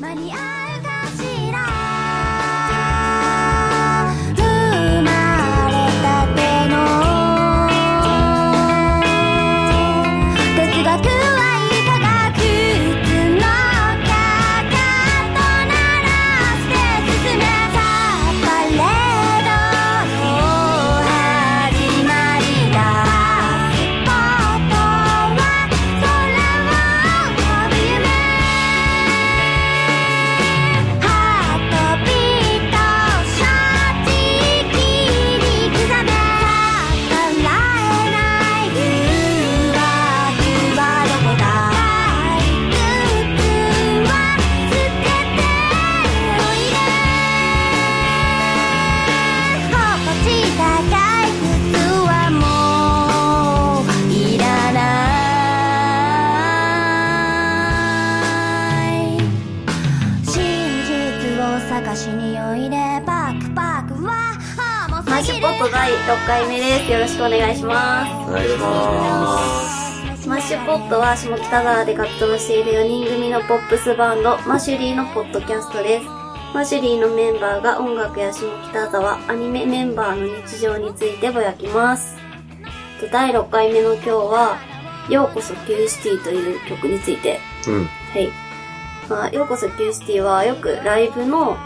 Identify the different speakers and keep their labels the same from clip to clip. Speaker 1: 間に合うかしら生まれたての哲学は科学のかかと鳴らして進めたパレードの始まりだスポットは空を飛び夢「ハートビート正直に刻め」「逆らえない誘惑はどこだ」「理屈は捨てておいで」「心地高い靴はもういらない」真実を探しにおいでバックパックは重
Speaker 2: マッシ
Speaker 1: す
Speaker 2: ュ
Speaker 1: ぎ
Speaker 2: ポ
Speaker 1: る
Speaker 2: ット第6回目ですよろしくお願いしま
Speaker 3: お願いします
Speaker 2: マッシュポットは下北沢で活動している4人組のポップスバンドマシュリーのポッドキャストですマシュリーのメンバーが音楽や下北沢アニメメンバーの日常についてぼやきますと第6回目の今日は「ようこそ Q シティ」という曲について
Speaker 3: すうん
Speaker 2: はい。まあ、ようこそ Q シティはよくライブの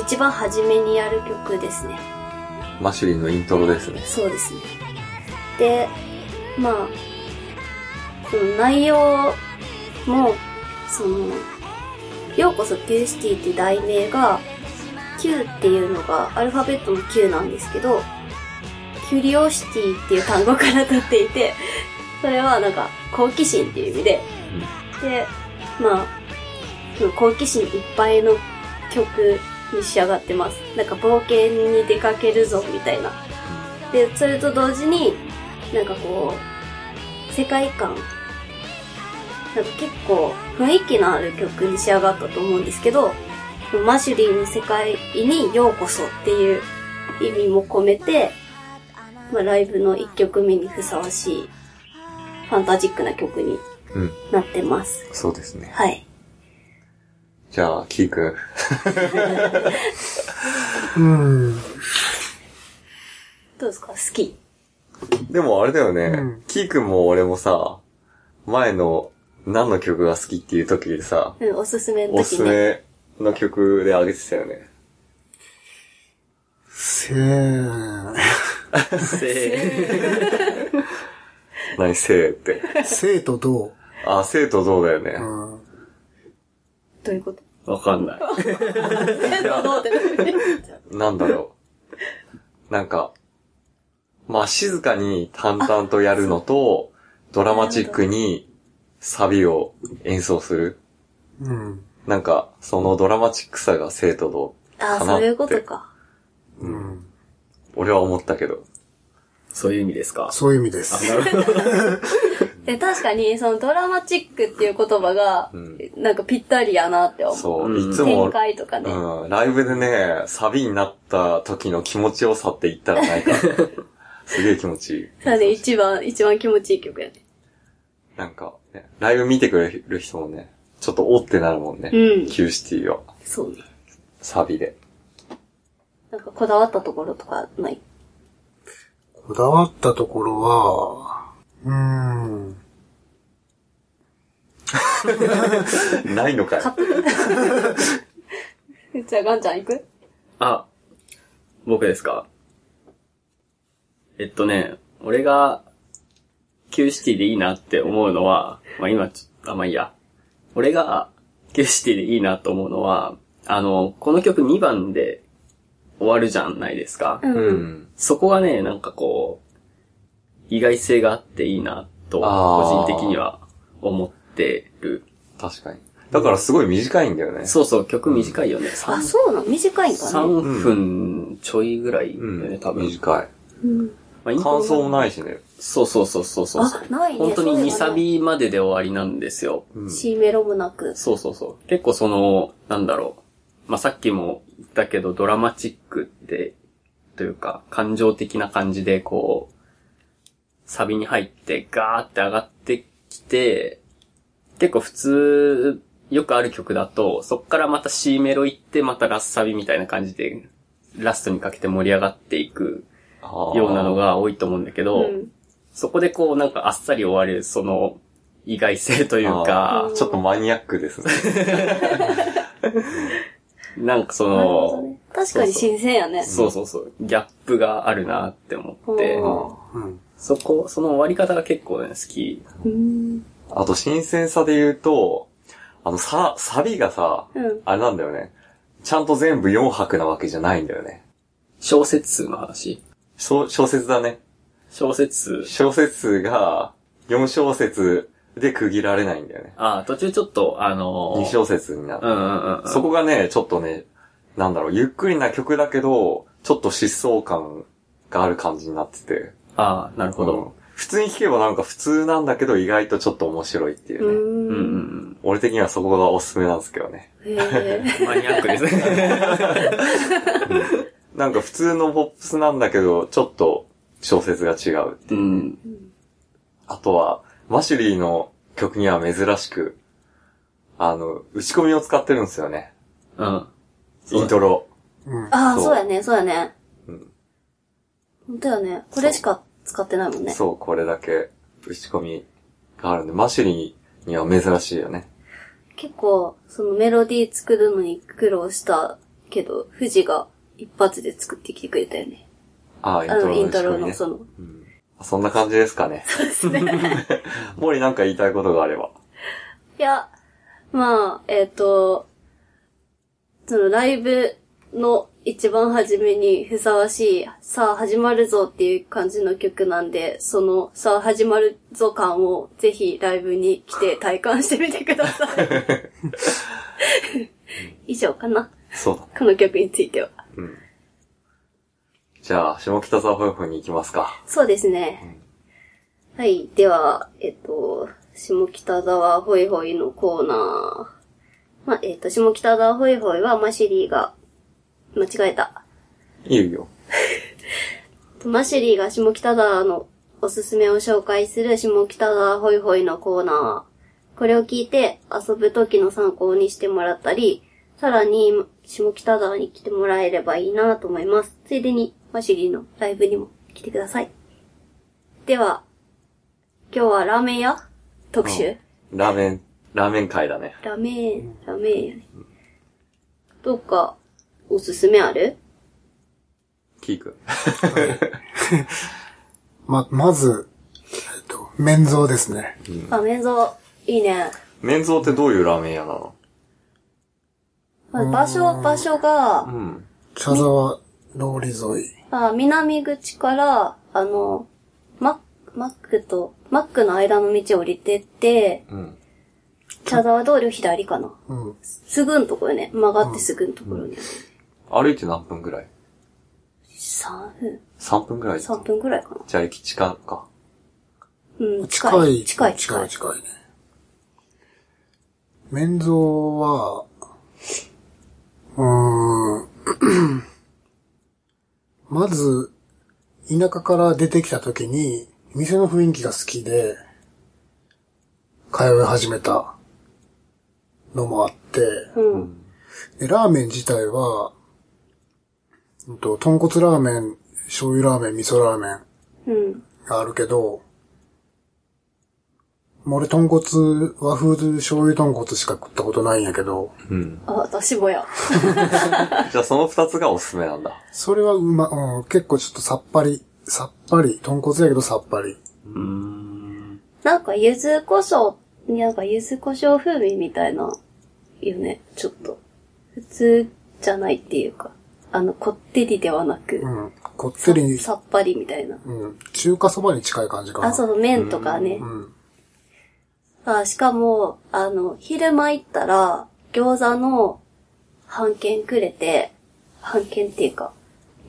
Speaker 2: 一番初めにやる曲ですね。
Speaker 3: マシュリーのイントロですね
Speaker 2: そうですね。で、まあ、その内容も、その、ようこそ Q シティって題名が、Q っていうのがアルファベットの Q なんですけど、キュリオシティっていう単語から取っていて、それはなんか好奇心っていう意味で、で、まあ、その好奇心いっぱいの曲に仕上がってます。なんか冒険に出かけるぞみたいな。で、それと同時に、なんかこう、世界観。なんか結構雰囲気のある曲に仕上がったと思うんですけど、マシュリーの世界にようこそっていう意味も込めて、まあ、ライブの1曲目にふさわしいファンタジックな曲に
Speaker 3: うん
Speaker 2: なってます。
Speaker 3: そうですね
Speaker 2: はい。
Speaker 3: じゃあキーくん
Speaker 2: どうですか好き。
Speaker 3: でもあれだよね、
Speaker 4: うん
Speaker 3: キーくんも俺もさ前の何の曲が好きっていう時でさ
Speaker 2: うん、おすすめの時ね。
Speaker 3: おすすめの曲であげてたよね
Speaker 4: せー、
Speaker 3: 何せーって
Speaker 4: 生とど
Speaker 3: あ生とどうだよね、
Speaker 4: う、うん、
Speaker 2: どういうこと
Speaker 5: わかんな い。
Speaker 2: どう って
Speaker 3: なんだろう。なんか、まあ、静かに淡々とやるのと、ドラマチックにサビを演奏する。
Speaker 4: うん、
Speaker 3: なんか、そのドラマチックさが生徒の、
Speaker 2: ああ、
Speaker 3: かな
Speaker 2: そ
Speaker 3: って
Speaker 2: ういうことか。
Speaker 4: うん。
Speaker 3: 俺は思ったけど。
Speaker 5: そういう意味ですか。
Speaker 4: そういう意味で
Speaker 5: あ、
Speaker 4: す。
Speaker 5: なるほど。
Speaker 2: で、確かに、そのドラマチックっていう言葉が、
Speaker 3: うん
Speaker 2: なんかぴったりやなって思う。
Speaker 3: そう、
Speaker 5: うん
Speaker 3: いつ
Speaker 2: 展
Speaker 3: も、
Speaker 2: 開とかね。
Speaker 3: うん、ライブでね、サビになった時の気持ちよさって言ったらないか。 すげえ気持ちいい。
Speaker 2: それね、一番、一番気持ちいい曲やね。
Speaker 3: なんか、ね、ライブ見てくれる人もね、ちょっとおってなるもんね。
Speaker 2: うん
Speaker 3: キューシティは、
Speaker 2: そうね。
Speaker 3: サビで。
Speaker 2: なんかこだわったところとかない。
Speaker 4: こだわったところは、うーん、
Speaker 3: ないのかよ。
Speaker 2: じゃあ、ガンちゃん行く
Speaker 5: あ、僕ですか。えっとね、俺が、Q シティでいいなって思うのは、まあ今ちょ、あ、まあいいや。俺が Q シティでいいなと思うのは、あの、この曲2番で終わるじゃないですか。
Speaker 3: うん。
Speaker 5: そこがね、なんかこう、意外性があっていいなと、
Speaker 3: あー
Speaker 5: 個人的には思ってる。
Speaker 3: 確かに。だからすごい短いんだよね。
Speaker 5: そうそう、曲短いよね。
Speaker 2: あ、そうなの短いんかね。
Speaker 5: 3分ちょいぐらいだよね、
Speaker 3: ん、
Speaker 5: 多分。
Speaker 3: 短い。
Speaker 2: うん、
Speaker 5: まあイントロ
Speaker 3: 感
Speaker 5: が
Speaker 3: 想もないしね。
Speaker 5: そうそうそうそうそうそう。
Speaker 2: あ、ないね。
Speaker 5: 本当に2
Speaker 2: そ
Speaker 5: サ
Speaker 2: うい
Speaker 5: ビまでで終わりなんですよ。
Speaker 2: えばね C メロもなく。
Speaker 5: そうそうそう。結構その、なんだろう。まあ、さっきも言ったけど、ドラマチックって、というか、感情的な感じで、こう、サビに入ってガーって上がってきて、結構普通よくある曲だと、そっからまた C メロ行って、またラスサビみたいな感じで、ラストにかけて盛り上がっていくようなの
Speaker 3: が。
Speaker 5: が多いと思うんだけ
Speaker 2: う
Speaker 5: ど、
Speaker 2: ん
Speaker 5: そこでこうなんかあっさり終わる、その、意外性という
Speaker 3: あ
Speaker 5: か
Speaker 3: ー、ちょっとマニアックですね。
Speaker 5: なんかそ
Speaker 2: なるほど
Speaker 5: の
Speaker 2: ね、。確かに新鮮やね。
Speaker 5: そうそうそう、ギャップがあるなって思って
Speaker 2: う、ん
Speaker 4: うん。
Speaker 5: そこ、その終わり方が結構ね、好き。
Speaker 2: うん。
Speaker 3: あと、新鮮さで言うと、あの、さ、サビがさ、
Speaker 2: うん
Speaker 3: あれなんだよね。ちゃんと全部4拍なわけじゃないんだよね。
Speaker 5: 小説数の話。
Speaker 3: 小小説だね。
Speaker 5: 小説数。
Speaker 3: 小説数が4小節で区切られないんだよね。
Speaker 5: ああ、途中ちょっと、あのー
Speaker 3: 2小節にな
Speaker 5: う
Speaker 3: る。
Speaker 5: んうんうん。
Speaker 3: そこがね、ちょっとね、なんだろう、ゆっくりな曲だけど、ちょっと疾走感がある感じになってて。
Speaker 5: ああ、なるほ
Speaker 3: うん
Speaker 5: ど。
Speaker 3: 普通に聴けばなんか普通なんだけど、意外とちょっと面白いっていううね。
Speaker 5: うんう
Speaker 2: ん。
Speaker 5: んうん。
Speaker 3: 俺的にはそこがおすすめなんですけどね。
Speaker 2: へえ。
Speaker 5: マニアックです ね。
Speaker 3: なんか普通のポップスなんだけど、ちょっと小説が違う。
Speaker 5: うん。
Speaker 3: あとは、マシュリーの曲には珍しく、あの、打ち込みを使ってるんですよね。
Speaker 5: うん。
Speaker 3: イントロ。
Speaker 4: うん。
Speaker 2: ああ、
Speaker 3: そう
Speaker 2: そうやね、そうやね。
Speaker 3: うん。
Speaker 2: 本当やね。これしか使ってないもんね。
Speaker 3: そう、これだけ打ち込みがあるんで、マシュリーには珍しいよね。
Speaker 2: 結構、そのメロディー作るのに苦労したけど、富士が一発で作ってきてくれたよね。
Speaker 3: ああ、イン
Speaker 2: あ
Speaker 3: ト
Speaker 2: の、
Speaker 3: ロ
Speaker 2: イ
Speaker 3: の
Speaker 2: ン
Speaker 3: 打ち
Speaker 2: ト
Speaker 3: 込
Speaker 2: ロ
Speaker 3: みね
Speaker 2: の。その。
Speaker 3: うんそんな感じですかね。そうです ね。森なんか言いたいことがあれば。
Speaker 2: いや、まあ、えっ、と、そのライブの一番初めにふさわしい、さあ始まるぞっていう感じの曲なんで、そのさあ始まるぞ感をぜひライブに来て体感してみてくだ さい。以上かな。
Speaker 3: そうだね。
Speaker 2: この曲については。
Speaker 3: うん。じゃあ、下北沢保育に行きますか。
Speaker 2: そうですね。はい。では、えっと、下北沢ホイホイのコーナー。まあ、えっと、下北沢ホイホイはマシリーが、間違えた。
Speaker 3: いいよ。
Speaker 2: マシリーが下北沢のおすすめを紹介する下北沢ホイホイのコーナー。これを聞いて遊ぶ時の参考にしてもらったり、さらに下北沢に来てもらえればいいなと思います。ついでにマシリーのライブにも来てください。では、今日はラーメン屋特集、
Speaker 3: ラーメン、ラーメン会だね。
Speaker 2: ラーメン、ラーメン屋ね。どっかおすすめある
Speaker 3: キーくん。
Speaker 4: ま、まず、えっと、面像ですね。
Speaker 2: あ、メンゾー、いいね。
Speaker 3: メンゾーってどういうラーメン屋なの
Speaker 2: まあ場所、場所が
Speaker 3: う、ん。
Speaker 4: 茶沢通り沿い。
Speaker 2: あ南口から、あの、マッ、マックと、マックの間の道を降りてって、
Speaker 3: うん。
Speaker 2: 茶沢通りを左かな。
Speaker 4: うん。
Speaker 2: すぐんとこよね。曲がってすぐんところに。
Speaker 3: 歩いて何分ぐらい
Speaker 2: 3分
Speaker 3: ?3 分ぐらい
Speaker 2: 三分ぐらいかな。
Speaker 3: じゃあ駅近か。
Speaker 2: うん、近い。近い、
Speaker 4: 近
Speaker 2: 近
Speaker 4: い、
Speaker 2: い。
Speaker 4: 近いね。面像は、うーん。まず、田舎から出てきた時に、店の雰囲気が好きで、通い始めたのもあって、
Speaker 2: うん。
Speaker 4: で、ラーメン自体は、うんと、豚骨ラーメン、醤油ラーメン、味噌ラーメン
Speaker 2: うん。
Speaker 4: があるけど、もう俺豚骨、和風醤油豚骨しか食ったことないんやけど、
Speaker 3: うん。
Speaker 2: あ、私もや。
Speaker 3: じゃあその2つがおすすめなんだ。
Speaker 4: それはうま、うん、結構ちょっとさっぱり、さっぱり、豚骨やけどさっぱり。
Speaker 2: なんか、柚子胡椒、なんか、柚子胡椒風味みたいな、よね。ちょっと。普通じゃないっていうか。あの、こってりではなく
Speaker 4: う、ん、こってりに、
Speaker 2: さっぱりみたいな。
Speaker 4: うん、中華そばに近い感じかな。。
Speaker 2: あ、そうの麺とかね。
Speaker 4: うん。
Speaker 2: あ、しかも、あの、昼間行ったら、餃子の半券くれて、半券っていうか、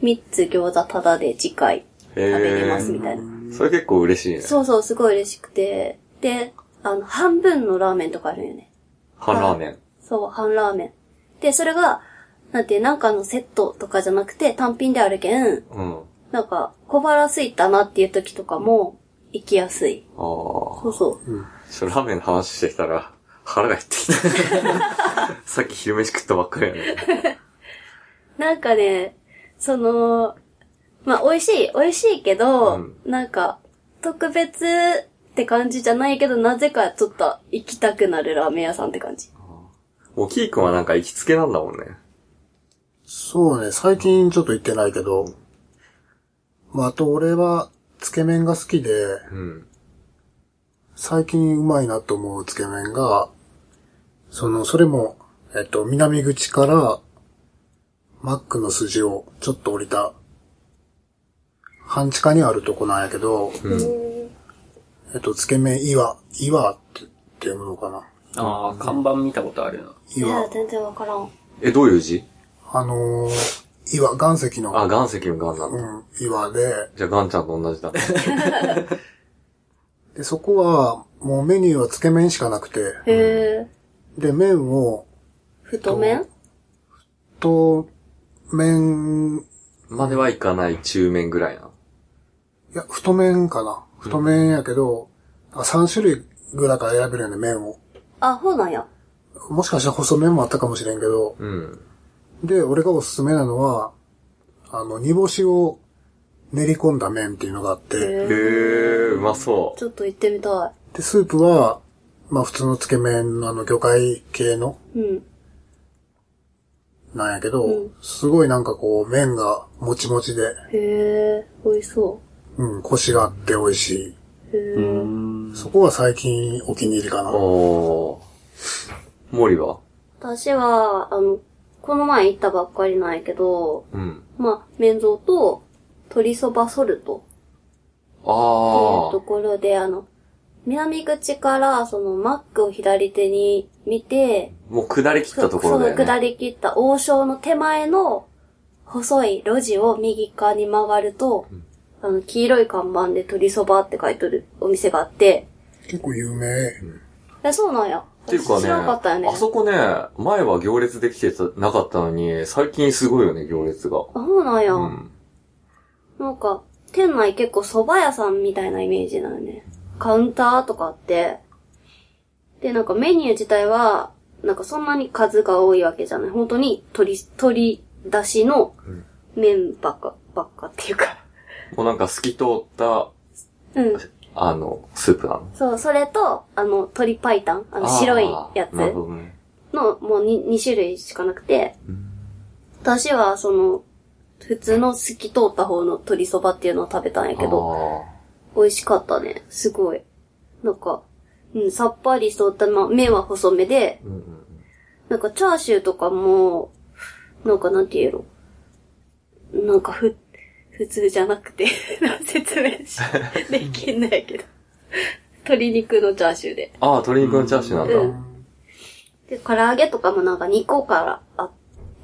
Speaker 2: 3つ餃子タダで次回食べれますみたいな。
Speaker 3: それ結構嬉しいね。
Speaker 2: そうそう、すごい嬉しくて。で、あの、半分のラーメンとかあるよね。
Speaker 3: 半ラーメン。
Speaker 2: そう、半ラーメン。で、それが、なんていう、なんかのセットとかじゃなくて、単品であるけん、
Speaker 3: うん。あ
Speaker 2: なんか、小腹空いたなっていう時とかも、行きやすい。
Speaker 3: あ。
Speaker 2: そうそう。
Speaker 3: ちょ、ラーメンの話してきたら、腹が減ってきた。 さっき昼飯食ったばっかりやね。
Speaker 2: なんかね、その、まあ、美味しい、美味しいけど、
Speaker 3: うん
Speaker 2: なんか、特別って感じじゃないけど、なぜかちょっと行きたくなるラーメン屋さんって感じ。
Speaker 3: もうキーくんはなんか行きつけなんだもんね。
Speaker 4: そうね、最近ちょっと行ってないけど。まあ、あと俺は、つけ麺が好きで、
Speaker 3: うん。
Speaker 4: 最近うまいなと思うつけ麺が、その、それも、えっと、南口から、マックの筋をちょっと降りた、半地下にあるとこなんやけど、えっと、つけ麺岩、岩ってって読むのかな
Speaker 5: ああ、看板見たことあるな。
Speaker 2: いや
Speaker 4: 岩、。
Speaker 2: 全然わからん。
Speaker 3: え、どういう字
Speaker 4: あのー、岩、岩石の、
Speaker 3: あ、岩石の岩なん
Speaker 4: う
Speaker 3: だ。
Speaker 4: ん、岩で、
Speaker 3: じゃあ岩ちゃんと同じだ。
Speaker 4: で、そこは、もうメニューはつけ麺しかなくて、
Speaker 2: へえ。
Speaker 4: で、麺を、
Speaker 2: 太麺
Speaker 4: と、麺、い
Speaker 3: まではいかない中面ぐらいな。
Speaker 4: や、太麺かな。太麺やけど、あ3種類ぐらいから選べるよね、麺を。
Speaker 2: あ、そうなんや。
Speaker 4: もしかしたら細麺もあったかもしれんけど、
Speaker 3: うん。
Speaker 4: で、俺がおすすめなのは、あの、煮干しを練り込んだ麺っていうのがあっ
Speaker 2: へ
Speaker 4: て、
Speaker 3: へえ、
Speaker 2: え。
Speaker 3: うまそ
Speaker 2: ちょっと行ってみた
Speaker 4: で、スープは、まあ普通のつけ麺のあの魚介系の
Speaker 2: い。うん。
Speaker 4: なんやけど、
Speaker 2: うん
Speaker 4: すごいなんかこう麺がもちもちで、
Speaker 2: へえ、美味しそ
Speaker 4: うん、コシがあって美味しい。
Speaker 2: う。へ
Speaker 5: う
Speaker 2: え。
Speaker 5: ん。
Speaker 4: そこは最近お気に入りかな
Speaker 3: う。。おー。森は
Speaker 2: 私は、あの、この前行ったばっかりなんやけど、
Speaker 3: うん。
Speaker 2: まあ、麺像と、鶏そばソルト
Speaker 3: あ
Speaker 2: っていうと
Speaker 3: ー。
Speaker 2: ころで、あの、南口から、その、マックを左手に見て、
Speaker 3: もう下り切ったところだよ
Speaker 2: その下
Speaker 3: ね。
Speaker 2: り切った王将の手前の、細い路地を右側に曲がると、あの、黄色い看板で鶏そばって書いてるお店があって、
Speaker 4: 結構有名。
Speaker 2: え、そうなんや。
Speaker 3: っていうか
Speaker 2: 知らなかったよ
Speaker 3: ね、
Speaker 2: ね。
Speaker 3: あそこね、前は行列できてなかったのに、最近すごいよね、行列が。
Speaker 2: あそうなんや。
Speaker 3: うん。
Speaker 2: なんか、店内結構蕎麦屋さんみたいなイメージなのね。カウンターとかあって。で、なんかメニュー自体は、なんかそんなに数が多いわけじゃない。本当に鶏、鶏出しの麺ばっか、ばっかっていうか。
Speaker 3: もうなんか透き通った、
Speaker 2: うん。
Speaker 3: あの、スープなの。
Speaker 2: そう、それと、あの、鶏白湯あの、白いや
Speaker 3: あーなる
Speaker 2: つ
Speaker 3: ほどね。
Speaker 2: の、もう 2, 種類しかなくて、私はその、普通の透き通った方の鶏そばっていうのを食べたんやけど、美味しかったね。すごい。なんか、うん、さっぱりしとったな。麺は細めで、
Speaker 3: あー。うんうん
Speaker 2: なんかチャーシューとかも、なんかなんて言うのなんかふ、普通じゃなくて、 説明し、できんないけど。鶏肉のチャーシューで。
Speaker 3: あー、鶏肉のチャーシューなんだ。
Speaker 2: うんで、唐揚げとかもなんか2個からあっ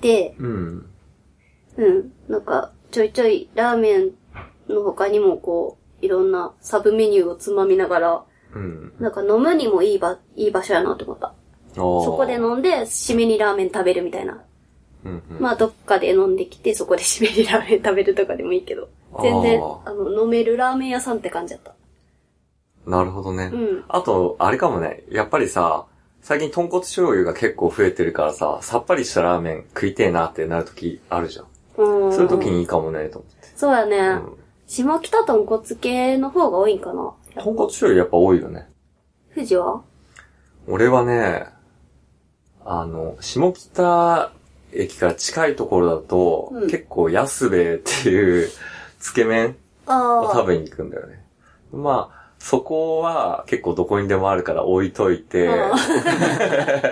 Speaker 2: て、
Speaker 3: うん。
Speaker 2: うん、なんかちょいちょいラーメンの他にもこう、いろんなサブメニューをつまみながら、
Speaker 3: うん。
Speaker 2: なんか飲むにもいいば、いい場所やなって思った。そ
Speaker 3: そ
Speaker 2: こで。飲んで、締めにラーメン食べるみたいな。
Speaker 3: うんうん。
Speaker 2: まあ、どっかで飲んできて、そこで締めにラーメン食べるとかでもいいけど。全然
Speaker 3: あ、ー
Speaker 2: あの、飲めるラーメン屋さんって感じだった。
Speaker 3: なるほどね。
Speaker 2: うん
Speaker 3: あと、あれかもね、やっぱりさ、最近豚骨醤油が結構増えてるからさ、さっぱりしたラーメン食いてえなってなるときあるじゃん。
Speaker 2: うん。
Speaker 3: そういうときにいいかもね、と思って。
Speaker 2: そうやね。
Speaker 3: うん。
Speaker 2: 下北豚骨系の方が多いんかな。
Speaker 3: 豚骨醤油やっぱ多いよね。
Speaker 2: 富士は
Speaker 3: 俺はね、あの、下北駅から近いところだと、
Speaker 2: うん
Speaker 3: 結構安兵衛っていうつけ麺
Speaker 2: あ
Speaker 3: を
Speaker 2: あ。
Speaker 3: 食べに行くんだよね。まあ、そこは結構どこにでもあるから置いといて、
Speaker 2: あ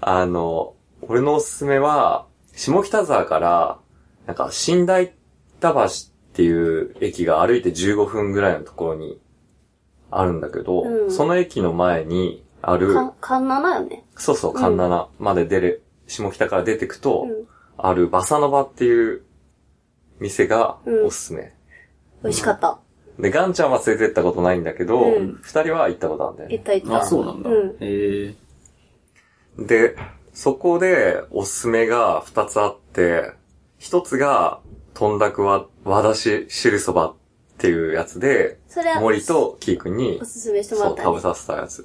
Speaker 3: あの、俺のおすすめは、下北沢から、なんか、新大田橋っていう駅が歩いて15分ぐらいのところにあるんだけど、
Speaker 2: うん
Speaker 3: その駅の前にある、
Speaker 2: か、かんななよね。
Speaker 3: そうそう、カンナナまで出る、下北から出てく
Speaker 2: う
Speaker 3: と、
Speaker 2: ん。
Speaker 3: あるバサノバっていう店が
Speaker 2: うん
Speaker 3: おすすめ。
Speaker 2: 美味しかった。
Speaker 3: で、ガンちゃんは連れてったことないんだけど、二、
Speaker 2: うん
Speaker 3: 人は行ったことあるんだよ
Speaker 2: 行
Speaker 3: ね
Speaker 2: っ。た行った。
Speaker 5: あ、そうなんだ。
Speaker 2: うん。
Speaker 5: へえ。
Speaker 3: で、そこでおすすめが二つあって、一つが、とんだくわ、和だし汁そばっていうやつで、
Speaker 2: それは、
Speaker 3: 森とキーくんに
Speaker 2: お、すすめしても
Speaker 3: そ
Speaker 2: らっ
Speaker 3: う、
Speaker 2: た、
Speaker 3: 食べ
Speaker 2: ね。
Speaker 3: させたやつ。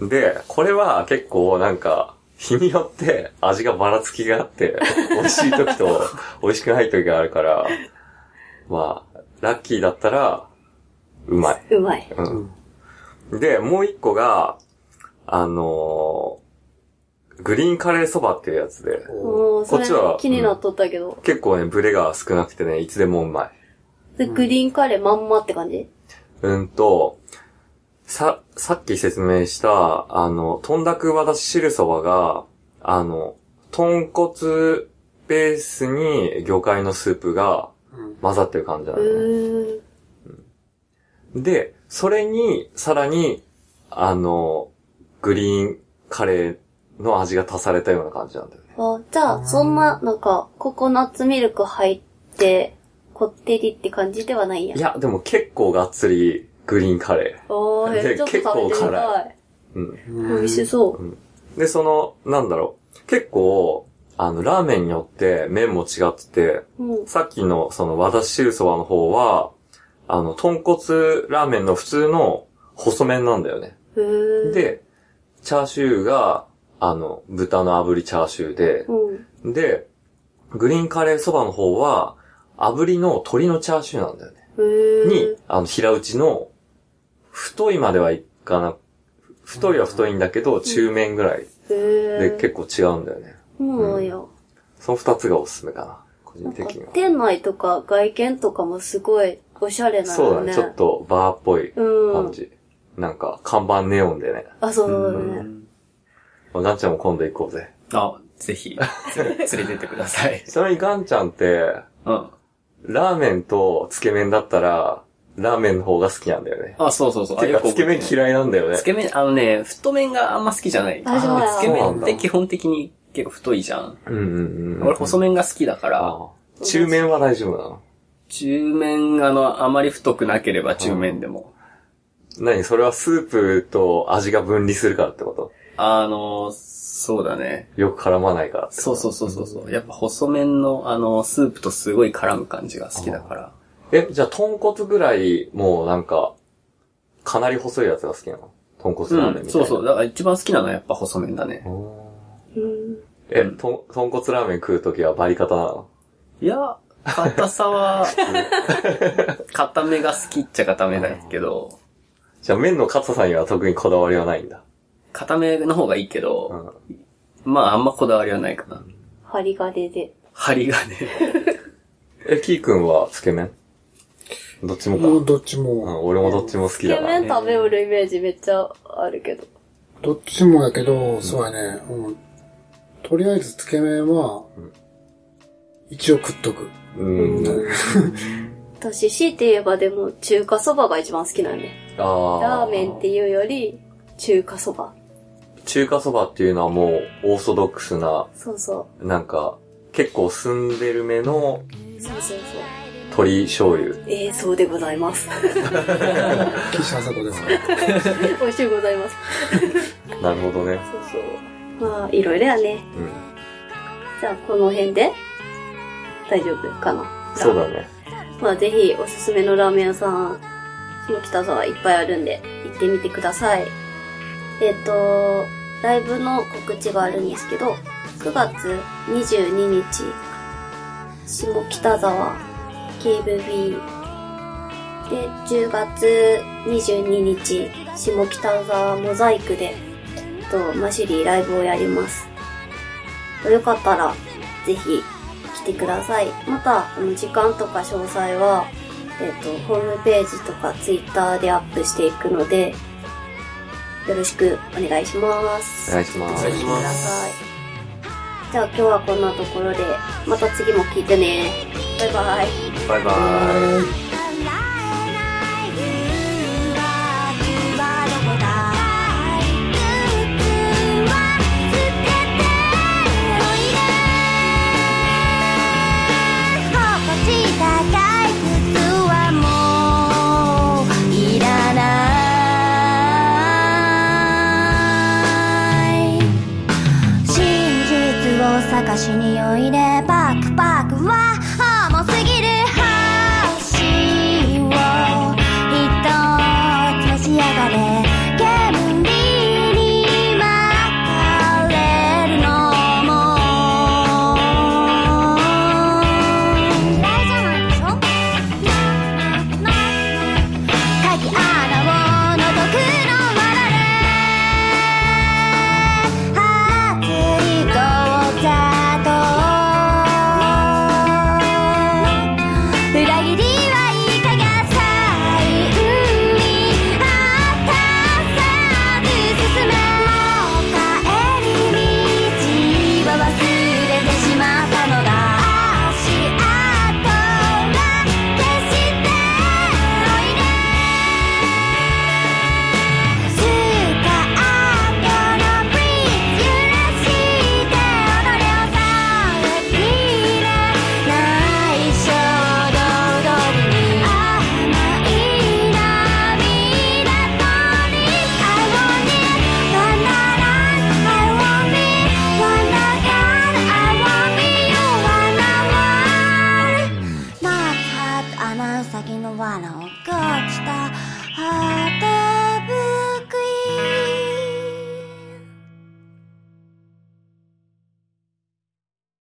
Speaker 4: うん
Speaker 3: で、これは結構なんか、日によって味がばらつきが あって、美味しい時と美味しくない時があるから、まあ、ラッキーだったら、うまい。
Speaker 2: うまい。
Speaker 3: うん。で、もう一個が、あのーグリーンカレーそばっていうやつで、
Speaker 2: もう、そ
Speaker 3: こっ
Speaker 2: れ
Speaker 3: ちは
Speaker 2: 気になっとったけど。
Speaker 3: 結構ね、ブレが少なくてね、いつでもうまい。
Speaker 2: で、グリーンカレーまんまって感じ
Speaker 3: うんと、さ、さっき説明した、あの、とんだく私汁そばが、あの、豚骨ベースに魚介のスープが混ざってる感じな
Speaker 2: う
Speaker 3: のね。
Speaker 2: ーん。
Speaker 3: で、それに、さらに、あの、グリーンカレーの味が足されたような感じなんだよね。
Speaker 2: あ、じゃあ、そんな、なんか、ココナッツミルク入って、こってりって感じではないんや
Speaker 3: い。や、でも結構がっつりグリーンカレ
Speaker 2: おー、え
Speaker 3: で
Speaker 2: ちょっと食べて
Speaker 3: 結構
Speaker 2: みた
Speaker 3: 辛
Speaker 2: い。
Speaker 3: ー。うん。
Speaker 2: 美味しそう。
Speaker 3: で、その、なんだろう。結構、あの、ラーメンによって麺も違ってて、
Speaker 2: うん。
Speaker 3: さっきのその和だし汁そばの方は、あの、豚骨ラーメンの普通の細麺なんだよね。
Speaker 2: へー。
Speaker 3: で、チャーシューが、あの、豚の炙りチャーシューで、
Speaker 2: うん。
Speaker 3: で、グリーンカレーそばの方は、炙りの鶏のチャーシューなんだよね。
Speaker 2: へー。
Speaker 3: に、あの、平打ちの、太いまではいかな、太いは太いんだけど、中麺ぐらい
Speaker 2: へー。
Speaker 3: で結構違うんだよね。
Speaker 2: そうなんや。
Speaker 3: その二つがおすすめかな、個
Speaker 2: な
Speaker 3: 人
Speaker 2: んか
Speaker 3: 的には。
Speaker 2: 店内とか外見とかもすごいおしゃれな
Speaker 3: そ
Speaker 2: の
Speaker 3: うだ
Speaker 2: ね。
Speaker 3: ね、ちょっとバーっぽい
Speaker 2: うん
Speaker 3: 感じ。なんか、看板ネオンでね。
Speaker 2: あ、そうだね。
Speaker 3: まあガンちゃんも今度行こうぜ。
Speaker 5: あ、ぜひ、連れてってください。
Speaker 3: ちなみにガンちゃんって、
Speaker 5: うん。
Speaker 3: ラーメンとつけ麺だったら、ラーメンの方が好きなんだよね。
Speaker 5: あ、そうそうそう。あ
Speaker 3: てか、つけ麺嫌いなんだよね
Speaker 5: つ。け麺、あのね、太麺があんま好きじゃない。
Speaker 2: あそうなんだ
Speaker 5: つけ麺って基本的に結構太いじゃん。
Speaker 3: うんうんうん。
Speaker 5: 俺細麺が好きだから、
Speaker 3: ああ中麺は大丈夫なの
Speaker 5: 中麺があの、あまり太くなければ中麺でも。
Speaker 3: 何それはスープと味が分離するからってこと
Speaker 5: あの、そうだね。
Speaker 3: よく絡まないからってこと
Speaker 5: そうそうそうそうそう。やっぱ細麺のあの、スープとすごい絡む感じが好きだから。
Speaker 3: え、じゃあ、豚骨ぐらい、もうなんか、かなり細いやつが好きなの豚骨ラーメン
Speaker 5: うん、
Speaker 3: みたい
Speaker 5: そ
Speaker 3: な。
Speaker 5: うそう。だから一番好きなのはやっぱ細麺だね。
Speaker 2: うん。
Speaker 3: え、と、豚骨ラーメン食うときはバリカタなの
Speaker 5: いや、硬さ は、硬めが好きっちゃ硬めだけど、
Speaker 3: じゃあ、麺の硬さには特にこだわりはないんだ。
Speaker 5: 硬めの方がいいけ
Speaker 3: う
Speaker 5: ど、
Speaker 3: ん。
Speaker 5: まああんまこだわりはないかな。
Speaker 2: 針金で。
Speaker 5: 針がね。
Speaker 3: え、キーくんはつけ麺どっちもか。
Speaker 4: もう
Speaker 3: う
Speaker 4: どっち
Speaker 3: ん、
Speaker 4: も、
Speaker 3: 俺もどっちも好
Speaker 2: つ
Speaker 3: き
Speaker 2: け
Speaker 3: だから。
Speaker 2: 麺食べよるイメージめっちゃあるけど。
Speaker 4: どっちもやけど、そうやね、うん。とりあえずつけ麺は、一応食っとく。
Speaker 3: うん。
Speaker 2: 私、強いて言えばでも、中華そばが一番好きなんで。
Speaker 3: あー
Speaker 2: ラーメンっていうより、中華そば。
Speaker 3: 中華そばっていうのはもう、オーソドックスな、
Speaker 2: そうそ
Speaker 3: なんか、結構澄んでるめの
Speaker 2: う。そうそうそう。
Speaker 3: 鶏醤油。
Speaker 2: えー、そうでござい ます。
Speaker 4: 岸あさこですか
Speaker 2: 美味しゅうございます。
Speaker 3: なるほどね。
Speaker 2: そうそう。まあ、いろいろやね。
Speaker 3: うん。
Speaker 2: じゃあ、この辺で、大丈夫かな。
Speaker 3: そうだね。
Speaker 2: まあ、ぜひ、おすすめのラーメン屋さん、下北沢いっぱいあるんで、行ってみてください。えっ、と、ライブの告知があるんですけど、9月22日、下北沢 KVB で、10月22日、下北沢モザイクで、えっと、マシュリーライブをやります。よかったら、ぜひ、来てください。また、あの時間とか詳細は、えっ、と、ホームページとかツイッターでアップしていくので、よろしくお願いします。
Speaker 3: お願いします。
Speaker 2: お願いします。じゃあ今日はこんなところで、また次も聞いてね。バイバイ。
Speaker 3: バイバ
Speaker 1: 「
Speaker 3: イ。
Speaker 1: 笑えない誘惑はどこだ」「いくつは捨てておいで」「心地高い靴はもういらない」真実を探しにおいでバックパックは重すぎる星を一つ召し上がれ煙に先の藁を落っこちた果て